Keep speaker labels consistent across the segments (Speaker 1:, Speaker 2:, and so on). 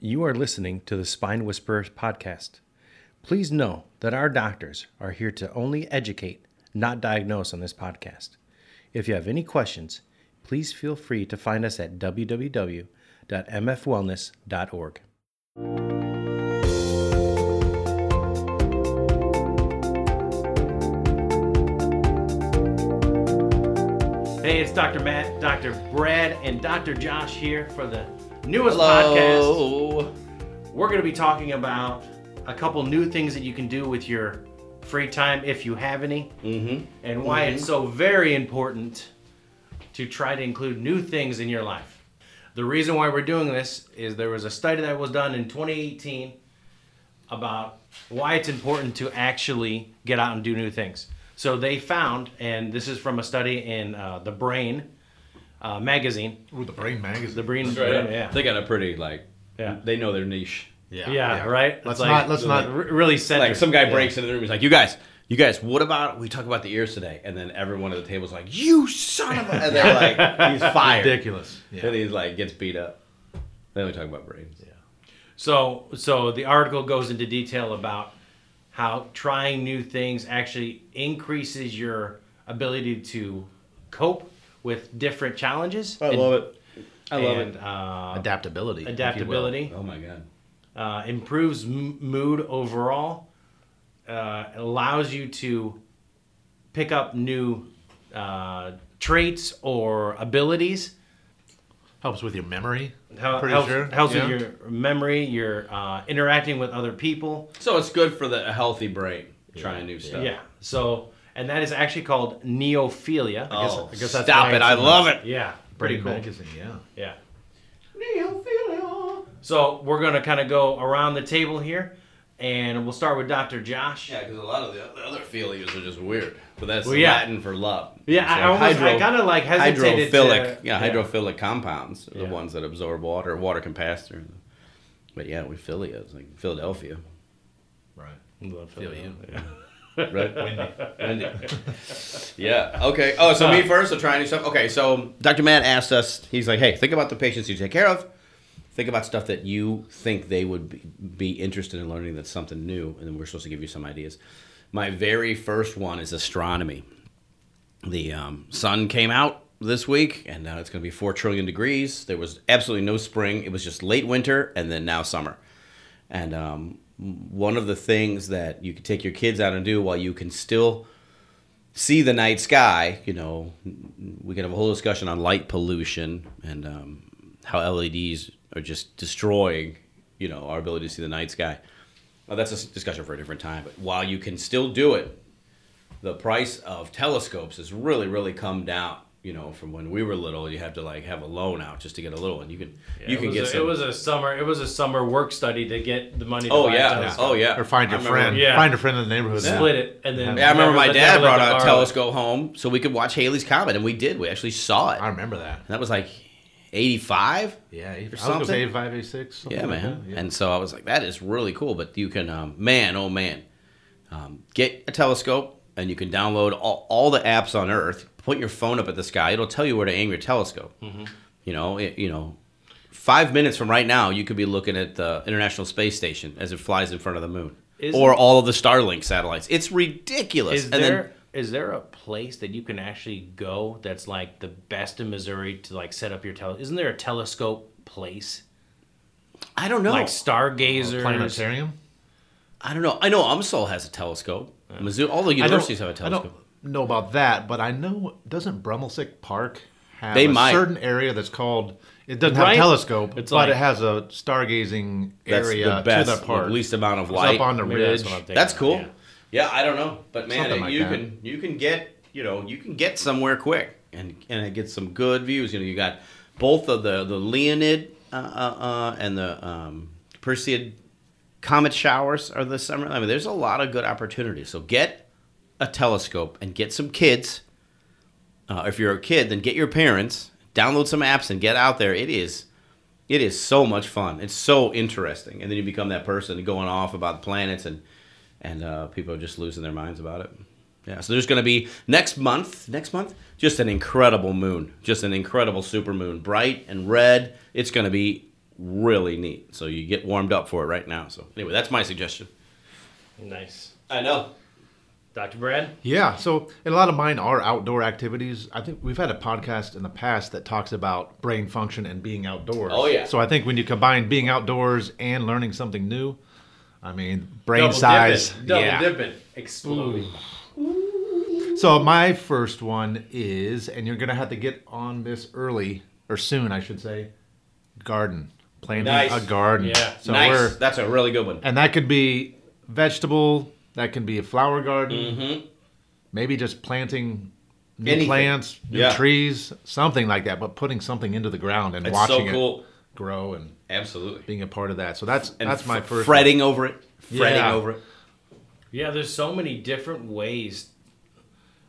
Speaker 1: You are listening to the Spine Whisperers podcast. Please know that our doctors are here to only educate, not diagnose on this podcast. If you have any questions, please feel free to find us at www.mfwellness.org. Hey, it's Dr. Matt, Dr. Brad, and Dr. Josh here for the newest podcast.
Speaker 2: Oh.
Speaker 1: We're going to be talking about a couple new things that you can do with your free time if you have any,
Speaker 2: Mm-hmm.
Speaker 1: and why it's so very important to try to include new things in your life. The reason why we're doing this is there was a study that was done in 2018 about why it's important to actually get out and do new things. So they found, and this is from a study in uh, the Brain uh, magazine.
Speaker 3: Ooh, the Brain Magazine.
Speaker 1: The Brain, yeah.
Speaker 2: They got a pretty like.
Speaker 1: Yeah.
Speaker 2: They know their niche.
Speaker 1: yeah, right. It's
Speaker 3: Let's
Speaker 1: like-
Speaker 3: not. Let's
Speaker 1: it's
Speaker 3: not.
Speaker 1: like re- really centered.
Speaker 2: Like some guy breaks into the room. He's like, "You guys, you guys, what about we talk about the ears today?" And then everyone at the table's like, "You son of a!" And they're like, "He's fired."
Speaker 3: ridiculous. Yeah.
Speaker 2: And he's like, gets beat up. Then we talk about brains. Yeah.
Speaker 1: So, so the article goes into detail about how trying new things actually increases your ability to cope with different challenges.
Speaker 2: I love it. I love
Speaker 1: and,
Speaker 2: it.
Speaker 1: Uh,
Speaker 3: Adaptability. if you will.
Speaker 1: adaptability
Speaker 2: Oh my god.
Speaker 1: uh, improves m- mood overall, uh, allows you to pick up new uh, traits or abilities.
Speaker 3: Helps with your memory.
Speaker 1: Hel-
Speaker 3: Pretty
Speaker 1: helps
Speaker 3: sure.
Speaker 1: helps
Speaker 3: yeah.
Speaker 1: with your memory, your uh, interacting with other people.
Speaker 2: So it's good for the a healthy brain. Trying new stuff.
Speaker 1: Yeah. So, and that is actually called neophilia.
Speaker 2: Oh,
Speaker 3: I guess that's
Speaker 2: stop
Speaker 3: why
Speaker 2: it!
Speaker 3: it's
Speaker 2: I
Speaker 3: in
Speaker 2: love
Speaker 3: this-
Speaker 2: it.
Speaker 1: Yeah. Pretty
Speaker 3: Brain
Speaker 1: cool.
Speaker 3: Magazine. Yeah.
Speaker 1: Yeah. So we're gonna kind of go around the table here, and we'll start with Dr. Josh.
Speaker 2: Yeah, because a lot of the the other philias are just weird. But that's
Speaker 1: Well, yeah.
Speaker 2: Latin for love.
Speaker 1: Yeah, I, I almost, I
Speaker 2: hydro-
Speaker 1: kind of like hesitated. to-
Speaker 2: hydrophilic, yeah, hydrophilic compounds are
Speaker 1: Yeah.
Speaker 2: the ones that absorb water. Water can pass through. them. But yeah, we philia, it's like Philadelphia,
Speaker 3: Right.
Speaker 1: Love
Speaker 3: Feel you.
Speaker 2: right? Windy. yeah. Okay. Oh, so me first. So try new stuff. Okay. So Dr. Matt asked us. He's like, "Hey, think about the patients you take care of. Think about stuff that you think they would be, be interested in learning. That's something new, and then we're supposed to give you some ideas." My very first one is astronomy. the um, sun came out this week and now it's going to be 4 trillion degrees there was absolutely no spring it was just late winter and then now summer and um, m- one of the things that you could take your kids out and do while you can still see the night sky you know n- we could have a whole discussion on light pollution and um, how leds are just destroying you know our ability to see the night sky well, that's a s- discussion for a different time but while you can still do it the price of telescopes has really, really come down. You know, from when we were little, you had to like have a loan out just to get a little one. You can, you
Speaker 1: it
Speaker 2: can
Speaker 1: was
Speaker 2: get
Speaker 1: a,
Speaker 2: some.
Speaker 1: It was a summer. It was a summer work study to get the money. To
Speaker 2: oh
Speaker 1: buy a
Speaker 2: yeah,
Speaker 1: telescope.
Speaker 2: oh yeah.
Speaker 3: Or find
Speaker 2: I
Speaker 3: your
Speaker 2: remember-
Speaker 3: friend.
Speaker 1: Yeah.
Speaker 3: Find a friend in the neighborhood.
Speaker 1: Split it and then.
Speaker 2: Yeah, I remember my
Speaker 1: never let-
Speaker 2: dad
Speaker 1: never let
Speaker 2: brought
Speaker 1: them
Speaker 2: a
Speaker 1: borrow it.
Speaker 2: telescope home so we could watch Haley's Comet, and we did. We actually saw it.
Speaker 3: I
Speaker 2: And
Speaker 3: remember that.
Speaker 2: that was like eighty-five.
Speaker 3: Yeah. I was
Speaker 2: something.
Speaker 3: gonna say 85, 86. something
Speaker 2: Yeah,
Speaker 3: like
Speaker 2: man.
Speaker 3: that, yeah.
Speaker 2: And so I was like, that is really cool. But you can, um, man, oh man, um, get a telescope and you can download all, all the apps on Earth. Put your phone up at the sky; it'll tell you where to aim your telescope.
Speaker 1: Mm-hmm.
Speaker 2: You know, it, you know, five minutes from right now, you could be looking at the International Space Station as it flies in front of the moon,
Speaker 1: Is-
Speaker 2: or all of the Starlink satellites. It's ridiculous.
Speaker 1: Is
Speaker 2: and
Speaker 1: there is
Speaker 2: then
Speaker 1: there a place that you can actually go that's like the best in Missouri to like set up your tele? Isn't there a telescope place
Speaker 2: I don't know.
Speaker 1: like stargazers?
Speaker 3: Planetarium.
Speaker 2: I don't know. I know UMSL has a telescope. Mizzou, all the
Speaker 3: I don't-
Speaker 2: universities have a telescope.
Speaker 3: I don't know about that, but I know doesn't Brummelsick Park have
Speaker 2: They
Speaker 3: a
Speaker 2: might.
Speaker 3: certain area that's called it doesn't have
Speaker 1: Right?
Speaker 3: a telescope,
Speaker 1: It's
Speaker 3: but
Speaker 1: like-
Speaker 3: it has a stargazing
Speaker 2: That's
Speaker 3: area
Speaker 2: the best,
Speaker 3: to the park.
Speaker 2: least amount of
Speaker 3: It's
Speaker 2: light.
Speaker 3: up on the
Speaker 1: Maybe that's
Speaker 3: ridge.
Speaker 1: what I'm thinking.
Speaker 2: That's
Speaker 1: Yeah.
Speaker 2: cool. Yeah. I don't know, but man,
Speaker 3: Something
Speaker 2: it-
Speaker 3: like
Speaker 2: you
Speaker 3: that.
Speaker 2: can you can get you know you can get somewhere quick and and it gets some good views. You know, you got both of the the Leonid uh, uh, uh, and the um, Perseid comet showers are this summer. I mean, there's a lot of good opportunities. So get a telescope and get some kids. Uh, if you're a kid, then get your parents. Download some apps and get out there. It is it is so much fun. It's so interesting, and then you become that person going off about the planets, and and uh, people are just losing their minds about it. Yeah, so there's going to be next month. Next month, just an incredible moon, just an incredible super moon, bright and red. It's going to be really neat. So you get warmed up for it right now. So anyway, that's my suggestion.
Speaker 1: Nice.
Speaker 2: I know.
Speaker 1: Dr. Brad?
Speaker 3: Yeah. So, and a lot of mine are outdoor activities. I think we've had a podcast in the past that talks about brain function and being outdoors.
Speaker 2: Oh, yeah.
Speaker 3: So I think when you combine being outdoors and learning something new, I mean, brain
Speaker 1: Double
Speaker 3: size.
Speaker 1: Dipping. Double
Speaker 3: yeah.
Speaker 1: dipping. Exploding.
Speaker 3: So my first one is, and you're gonna have to get on this early or soon, I should say, garden. Planting
Speaker 2: Nice.
Speaker 3: a garden.
Speaker 1: Yeah.
Speaker 3: So
Speaker 2: nice.
Speaker 3: we're
Speaker 2: That's a really good one.
Speaker 3: and that could be vegetable. That can be a flower garden. Maybe just planting new
Speaker 2: Mm-hmm. Anything.
Speaker 3: plants, new
Speaker 2: Yeah.
Speaker 3: trees, something like that. But putting something into the ground and
Speaker 2: It's
Speaker 3: watching
Speaker 2: so cool.
Speaker 3: it grow and
Speaker 2: Absolutely.
Speaker 3: being a part of that. So that's
Speaker 2: And
Speaker 3: that's my
Speaker 2: f-
Speaker 3: first. one.
Speaker 2: fretting over it. Fretting
Speaker 3: Yeah.
Speaker 2: over it.
Speaker 1: Yeah, there's so many different ways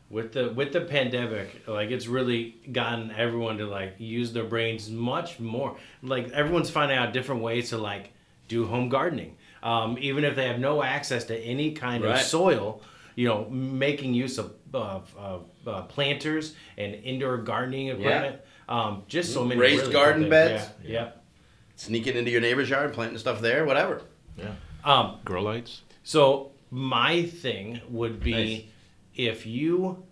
Speaker 1: with the with the pandemic. Like it's really gotten everyone to like use their brains much more. Like everyone's finding out different ways to like do home gardening. Um, even if they have no access to any kind
Speaker 2: Right.
Speaker 1: of soil, you know, making use of of, of uh, planters and indoor gardening equipment. Um, just so many
Speaker 2: Raised
Speaker 1: really cool
Speaker 2: garden
Speaker 1: things.
Speaker 2: beds.
Speaker 1: Yeah. Yep.
Speaker 2: Sneaking into your neighbor's yard, planting stuff there, whatever.
Speaker 3: Yeah.
Speaker 1: Um,
Speaker 3: Grow lights.
Speaker 1: So my thing would be
Speaker 2: Nice.
Speaker 1: if you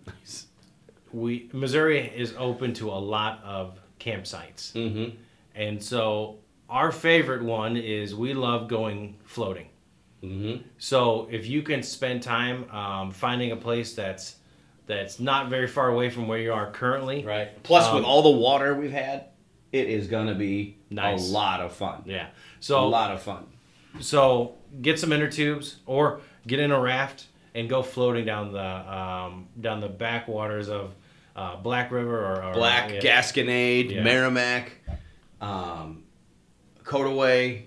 Speaker 1: we Missouri is open to a lot of campsites. Mm-hmm. And so our favorite one is we love going floating.
Speaker 2: Mm-hmm.
Speaker 1: So if you can spend time um, finding a place that's that's not very far away from where you are currently,
Speaker 2: Right. Plus,
Speaker 1: Um,
Speaker 2: with all the water we've had, it is gonna be
Speaker 1: Nice.
Speaker 2: a lot of fun.
Speaker 1: Yeah.
Speaker 2: A
Speaker 1: So
Speaker 2: lot of fun.
Speaker 1: So get some inner tubes or get in a raft and go floating down the um, down the backwaters of uh, Black River or, or
Speaker 2: Black,
Speaker 1: yeah.
Speaker 2: Gasconade,
Speaker 1: Yeah.
Speaker 2: Merrimack, um, Codaway,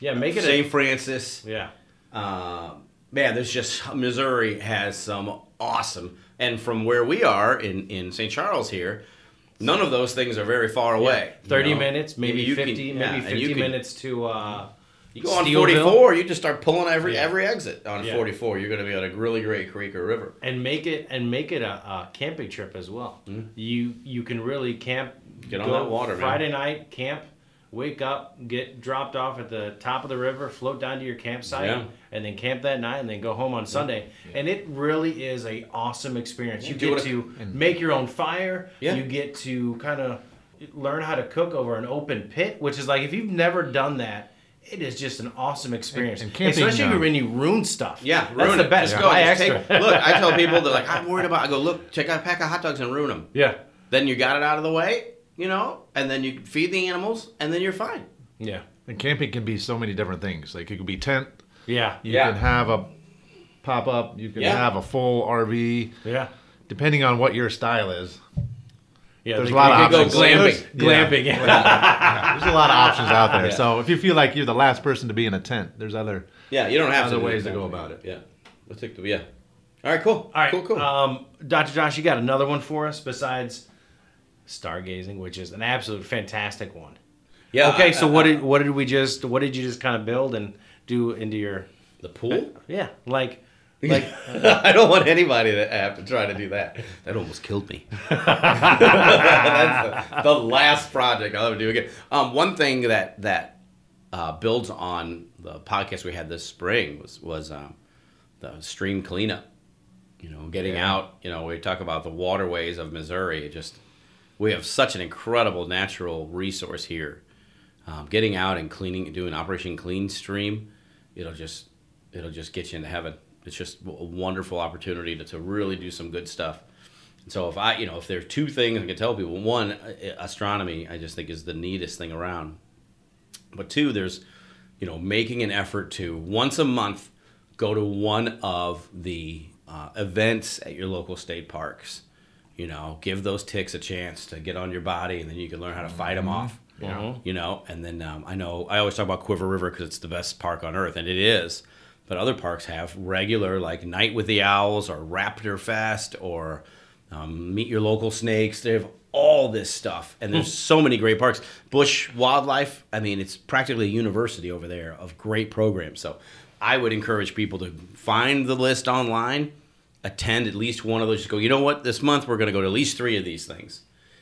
Speaker 1: Yeah, make it a-
Speaker 2: St. Francis.
Speaker 1: yeah.
Speaker 2: Um, man, there's just Missouri has some awesome. And from where we are in in St. Charles here, none of those things are very far away. you
Speaker 1: Thirty
Speaker 2: know?
Speaker 1: minutes, maybe,
Speaker 2: you can-
Speaker 1: fifty,
Speaker 2: yeah,
Speaker 1: maybe
Speaker 2: and you
Speaker 1: fifty
Speaker 2: can-
Speaker 1: minutes to. Uh,
Speaker 2: You go on
Speaker 1: Steelville.
Speaker 2: 44, you just start pulling every
Speaker 1: Yeah.
Speaker 2: every exit on
Speaker 1: Yeah.
Speaker 2: 44. You're going to be on a really great creek or river.
Speaker 1: and make it and make it a, a camping trip as well. You you can really camp.
Speaker 2: Hmm. Get on that water, man.
Speaker 1: Friday night camp, wake up, get dropped off at the top of the river, float down to your campsite,
Speaker 2: Yeah.
Speaker 1: and then camp that night, and then go home on Sunday. And it really is a awesome experience. You
Speaker 2: Do
Speaker 1: get
Speaker 2: it-
Speaker 1: to make your own fire.
Speaker 2: Yeah.
Speaker 1: You get to kind of learn how to cook over an open pit, which is like if you've never done that. It is just an awesome experience,
Speaker 3: and camping,
Speaker 1: especially
Speaker 3: uh,
Speaker 1: when you ruin stuff.
Speaker 2: Yeah,
Speaker 1: that's
Speaker 2: ruin
Speaker 1: the
Speaker 2: it.
Speaker 1: best.
Speaker 2: Just go,
Speaker 1: Buy
Speaker 2: just
Speaker 1: extra.
Speaker 2: take- look, I tell people they're like, I'm worried about. I go, look, take out a pack of hot dogs and ruin them.
Speaker 1: yeah,
Speaker 2: Then you got it out of the way, you know, and then you feed the animals, and then you're fine.
Speaker 1: yeah.
Speaker 3: And camping can be so many different things. Like it could be tent.
Speaker 1: Yeah.
Speaker 3: You
Speaker 2: Yeah.
Speaker 3: can have a pop up. You can
Speaker 2: Yeah.
Speaker 3: have a full RV.
Speaker 1: Yeah.
Speaker 3: Depending on what your style is.
Speaker 1: Yeah.
Speaker 3: There's
Speaker 1: they
Speaker 3: a lot
Speaker 1: could-
Speaker 3: of
Speaker 1: they could
Speaker 2: options.
Speaker 1: Go glamping. Glamping. Yeah.
Speaker 3: There's a lot of options out there. So if you feel like you're the last person to be in a tent, there's other.
Speaker 2: Yeah, you don't have
Speaker 3: Other
Speaker 2: to do it
Speaker 3: ways to
Speaker 2: that
Speaker 3: go
Speaker 2: way.
Speaker 3: about it.
Speaker 2: Yeah, let's take the yeah. All right, cool.
Speaker 1: All right.
Speaker 2: cool, cool.
Speaker 1: Um, Dr. Josh, you got another one for us besides stargazing, which is an absolute fantastic one.
Speaker 2: yeah. uh,
Speaker 1: Okay.
Speaker 2: I-
Speaker 1: So
Speaker 2: I-
Speaker 1: what did what did we just what did you just kind of build and do into your
Speaker 2: the pool?
Speaker 1: yeah like
Speaker 2: Like, I don't want anybody to have to try to do that. That almost killed me. That's the, the last project I'll ever do again. Um, one thing that that uh, builds on the podcast we had this spring was was um, the stream cleanup. You know, getting out. You know, we talk about the waterways of Missouri. It Just we have such an incredible natural resource here. Um, getting out and cleaning, doing Operation Clean Stream, it'll just it'll just get you into heaven. It's just a wonderful opportunity to, to really do some good stuff. And so if I, you know, if there are two things I can tell people, one, a- a- astronomy, I just think is the neatest thing around. But two, there's, you know, making an effort to once a month go to one of the uh, events at your local state parks. You know, give those ticks a chance to get on your body, and then you can learn how to fight them off.
Speaker 1: Mhm.
Speaker 2: You know, and then um, I know I always talk about Quiver River because it's the best park on earth, and it is. But other parks have regular, like Night with the Owls or Raptor Fest or um, Meet Your Local Snakes. They have all this stuff, and there's so many great parks. Bush Wildlife. I mean, it's practically a university over there of great programs. So I would encourage people to find the list online, attend at least one of those. Just go. You know what? This month we're going to go to at least three of these things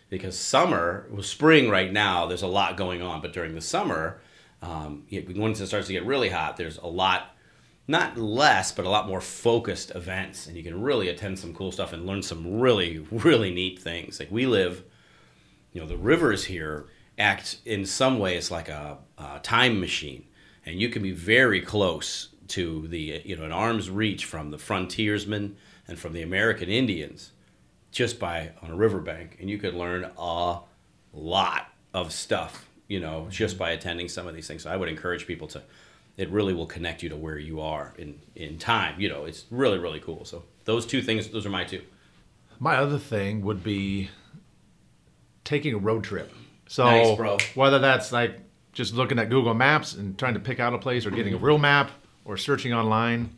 Speaker 2: because summer, well, spring right now, there's a lot going on, but during the summer, Um, you know, once it starts to get really hot, there's a lot, not less, but a lot more focused events, and you can really attend some cool stuff and learn some really, really neat things. Like we live, you know, the rivers here act in some ways like a, a time machine, and you can be very close to the, you know, an arm's reach from the frontiersmen and from the American Indians just by on a riverbank, and you could learn a lot of stuff, you
Speaker 3: Mm-hmm.
Speaker 2: know, just by attending some of these things. So I would encourage people to. It really will connect you to where you are in in time. You know, it's really really cool. So those two things, those are my two.
Speaker 3: My other thing would be taking a road trip. So
Speaker 2: Nice, bro.
Speaker 3: whether that's like just looking at Google Maps and trying to pick out a place or getting a
Speaker 2: Mm-hmm.
Speaker 3: real map or searching online.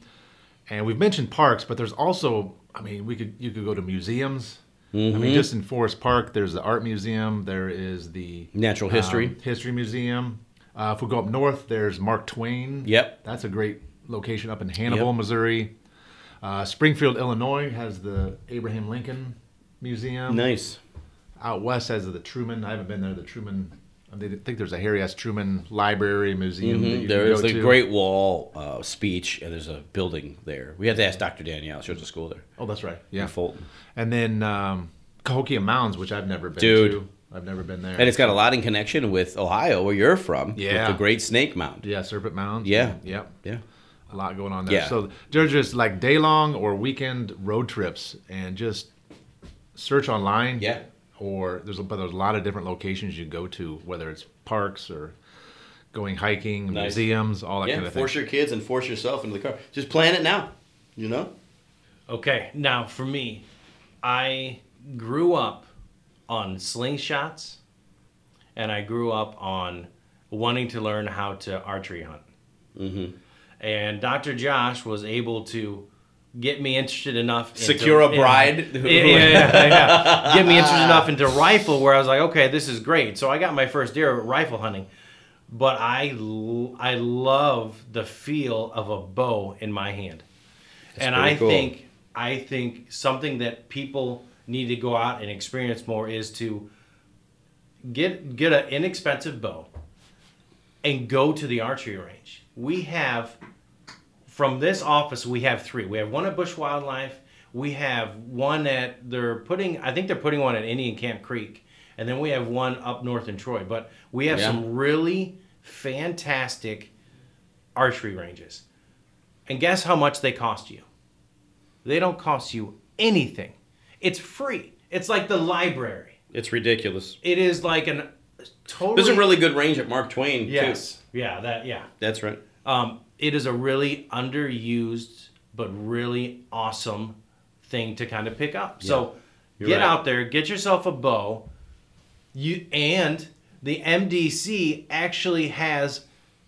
Speaker 3: And we've mentioned parks, but there's also I mean, we could you could go to museums. I
Speaker 2: Mm-hmm.
Speaker 3: mean, just in Forest Park, there's the art museum, there is the
Speaker 2: Natural history.
Speaker 3: um, history museum. Uh, if we go up north, there's Mark Twain.
Speaker 2: Yep.
Speaker 3: that's a great location up in Hannibal, Missouri. Uh, Springfield, Illinois has the Abraham Lincoln Museum.
Speaker 2: Um, nice.
Speaker 3: Out west has the Truman. I haven't been there. The Truman. I mean, I think there's a Harry S. Truman Library Museum. that you can
Speaker 2: Mm-hmm. There is
Speaker 3: go
Speaker 2: the
Speaker 3: to.
Speaker 2: Great Wall uh, speech, and there's a building there. We had to ask Dr. Danielle. She was at school there.
Speaker 3: Oh, that's right. Yeah.
Speaker 2: In Fulton.
Speaker 3: And then um, Cahokia Mounds, which I've never been
Speaker 2: Dude.
Speaker 3: to. I've never been there.
Speaker 2: And it's got a lot in connection with Ohio, where you're from. with
Speaker 3: Yeah.
Speaker 2: the Great Snake Mound.
Speaker 3: yeah, Serpent Mounds.
Speaker 2: Yeah.
Speaker 3: Yep.
Speaker 2: Yeah.
Speaker 3: a lot going on there.
Speaker 2: Yeah.
Speaker 3: So they're just like day long or weekend road trips and just search online.
Speaker 2: Yeah.
Speaker 3: Or there's a, but there's a lot of different locations you can go to, whether it's parks or going hiking,
Speaker 2: Nice.
Speaker 3: museums, all that
Speaker 2: yeah.
Speaker 3: kind of
Speaker 2: force
Speaker 3: thing.
Speaker 2: your kids and force yourself into the car. Just plan it now. You know.
Speaker 1: Okay, now for me, I grew up on slingshots and I grew up on wanting to learn how to archery hunt. Mm-hmm. And Dr. Josh was able to get me interested enough into-
Speaker 2: Secure a bride.
Speaker 1: Yeah, yeah, yeah, yeah. get me interested enough into rifle where I was like, okay, this is great. So I got my first deer rifle hunting. But I, l- I love the feel of a bow in my hand and
Speaker 2: pretty
Speaker 1: I
Speaker 2: cool.
Speaker 1: think I think something that people need to go out and experience more is to get get an inexpensive bow and go to the archery range. We have from this office we have three. We have one at Bush Wildlife. We have one at they're putting I think they're putting one at Indian Camp Creek, and then we have one up north in Troy. But we have
Speaker 2: Yeah.
Speaker 1: some really fantastic archery ranges. And guess how much they cost you? They don't cost you anything. It's free. It's like the library.
Speaker 2: It's ridiculous.
Speaker 1: It is like an totally.
Speaker 2: There's a really good range at Mark Twain.
Speaker 1: yes.
Speaker 2: Too.
Speaker 1: Yeah. That. Yeah.
Speaker 2: That's right.
Speaker 1: Um, it is a really underused but really awesome thing to kind of pick up. So
Speaker 2: You're
Speaker 1: get
Speaker 2: right.
Speaker 1: out there, get yourself a bow. You and the MDC actually has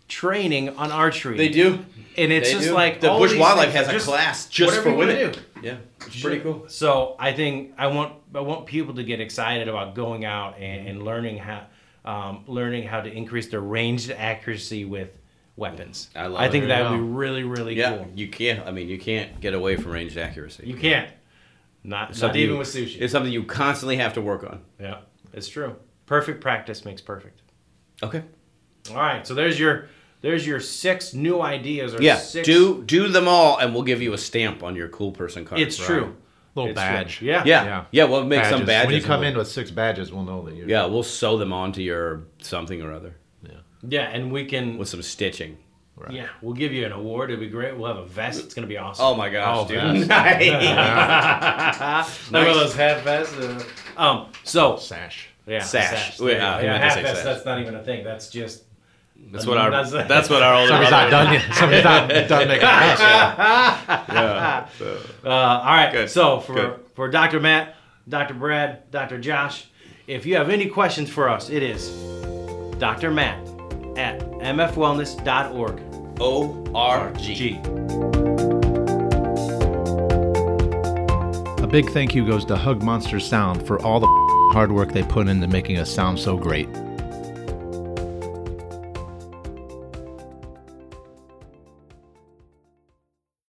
Speaker 1: training on archery.
Speaker 2: They do.
Speaker 1: and it's
Speaker 2: They
Speaker 1: just
Speaker 2: do.
Speaker 1: like
Speaker 2: the
Speaker 1: all
Speaker 2: Bush
Speaker 1: these
Speaker 2: Wildlife
Speaker 1: things
Speaker 2: has
Speaker 1: are
Speaker 2: a
Speaker 1: just-
Speaker 2: class just
Speaker 1: whatever
Speaker 2: for
Speaker 1: you wanna
Speaker 2: women.
Speaker 1: do.
Speaker 2: Yeah, it's pretty cool.
Speaker 1: So I think I want I want people to get excited about going out
Speaker 2: Mm-hmm.
Speaker 1: and, and learning how um, learning how to increase their ranged accuracy with weapons.
Speaker 2: I love
Speaker 1: I
Speaker 2: it.
Speaker 1: think
Speaker 3: There you
Speaker 1: that would be
Speaker 3: go.
Speaker 1: really really
Speaker 2: Yeah,
Speaker 1: cool.
Speaker 2: you can't. I mean, you can't get away from ranged accuracy.
Speaker 1: You can't. Not
Speaker 2: It's
Speaker 1: not
Speaker 2: something
Speaker 1: even
Speaker 2: you-
Speaker 1: with sushi.
Speaker 2: It's something you constantly have to work on.
Speaker 1: yeah, it's true. Perfect practice makes perfect.
Speaker 2: Okay.
Speaker 1: All right, so there's your there's your six new ideas or
Speaker 2: Yeah.
Speaker 1: six.
Speaker 2: Do do them all, and we'll give you a stamp on your cool person card.
Speaker 1: it's true.
Speaker 3: Little
Speaker 1: It's true.
Speaker 3: badge.
Speaker 1: Yeah.
Speaker 2: Yeah.
Speaker 3: Yeah.
Speaker 2: yeah. We'll make some badges.
Speaker 3: When you come
Speaker 2: and
Speaker 3: in with six badges, we'll know that you.
Speaker 2: we'll- yeah, we'll sew them onto your something or other
Speaker 1: Yeah, and we can.
Speaker 2: with some stitching.
Speaker 3: Right.
Speaker 1: Yeah, we'll give you an award. It'll be great. We'll have a vest. It's gonna be awesome.
Speaker 2: Oh my gosh,
Speaker 3: Oh,
Speaker 2: dude!
Speaker 3: that's-
Speaker 2: Nice.
Speaker 3: Yeah.
Speaker 1: Like
Speaker 2: Nice.
Speaker 1: one of those half vests. uh, Um, so
Speaker 3: Sash.
Speaker 1: yeah,
Speaker 2: Sash. Wait,
Speaker 1: yeah,
Speaker 2: uh, I
Speaker 1: yeah,
Speaker 2: meant to
Speaker 1: half
Speaker 2: say
Speaker 1: vest.
Speaker 2: sash.
Speaker 1: That's not even a thing. That's just
Speaker 2: That's what our.
Speaker 1: That's-
Speaker 2: That's what our older
Speaker 3: Somebody's not
Speaker 2: brother.
Speaker 3: done yet. Somebody's not done making a
Speaker 2: Yeah. So,
Speaker 1: uh, all right.
Speaker 2: Good.
Speaker 1: So for
Speaker 2: Good.
Speaker 1: for Dr. Matt, Dr. Brad, Dr. Josh, if you have any questions for us, it is Dr. Matt at mfwellness.org.
Speaker 2: O R G.
Speaker 1: G.
Speaker 3: A big thank you goes to Hug Monster Sound for all the hard work they put into making us sound so great.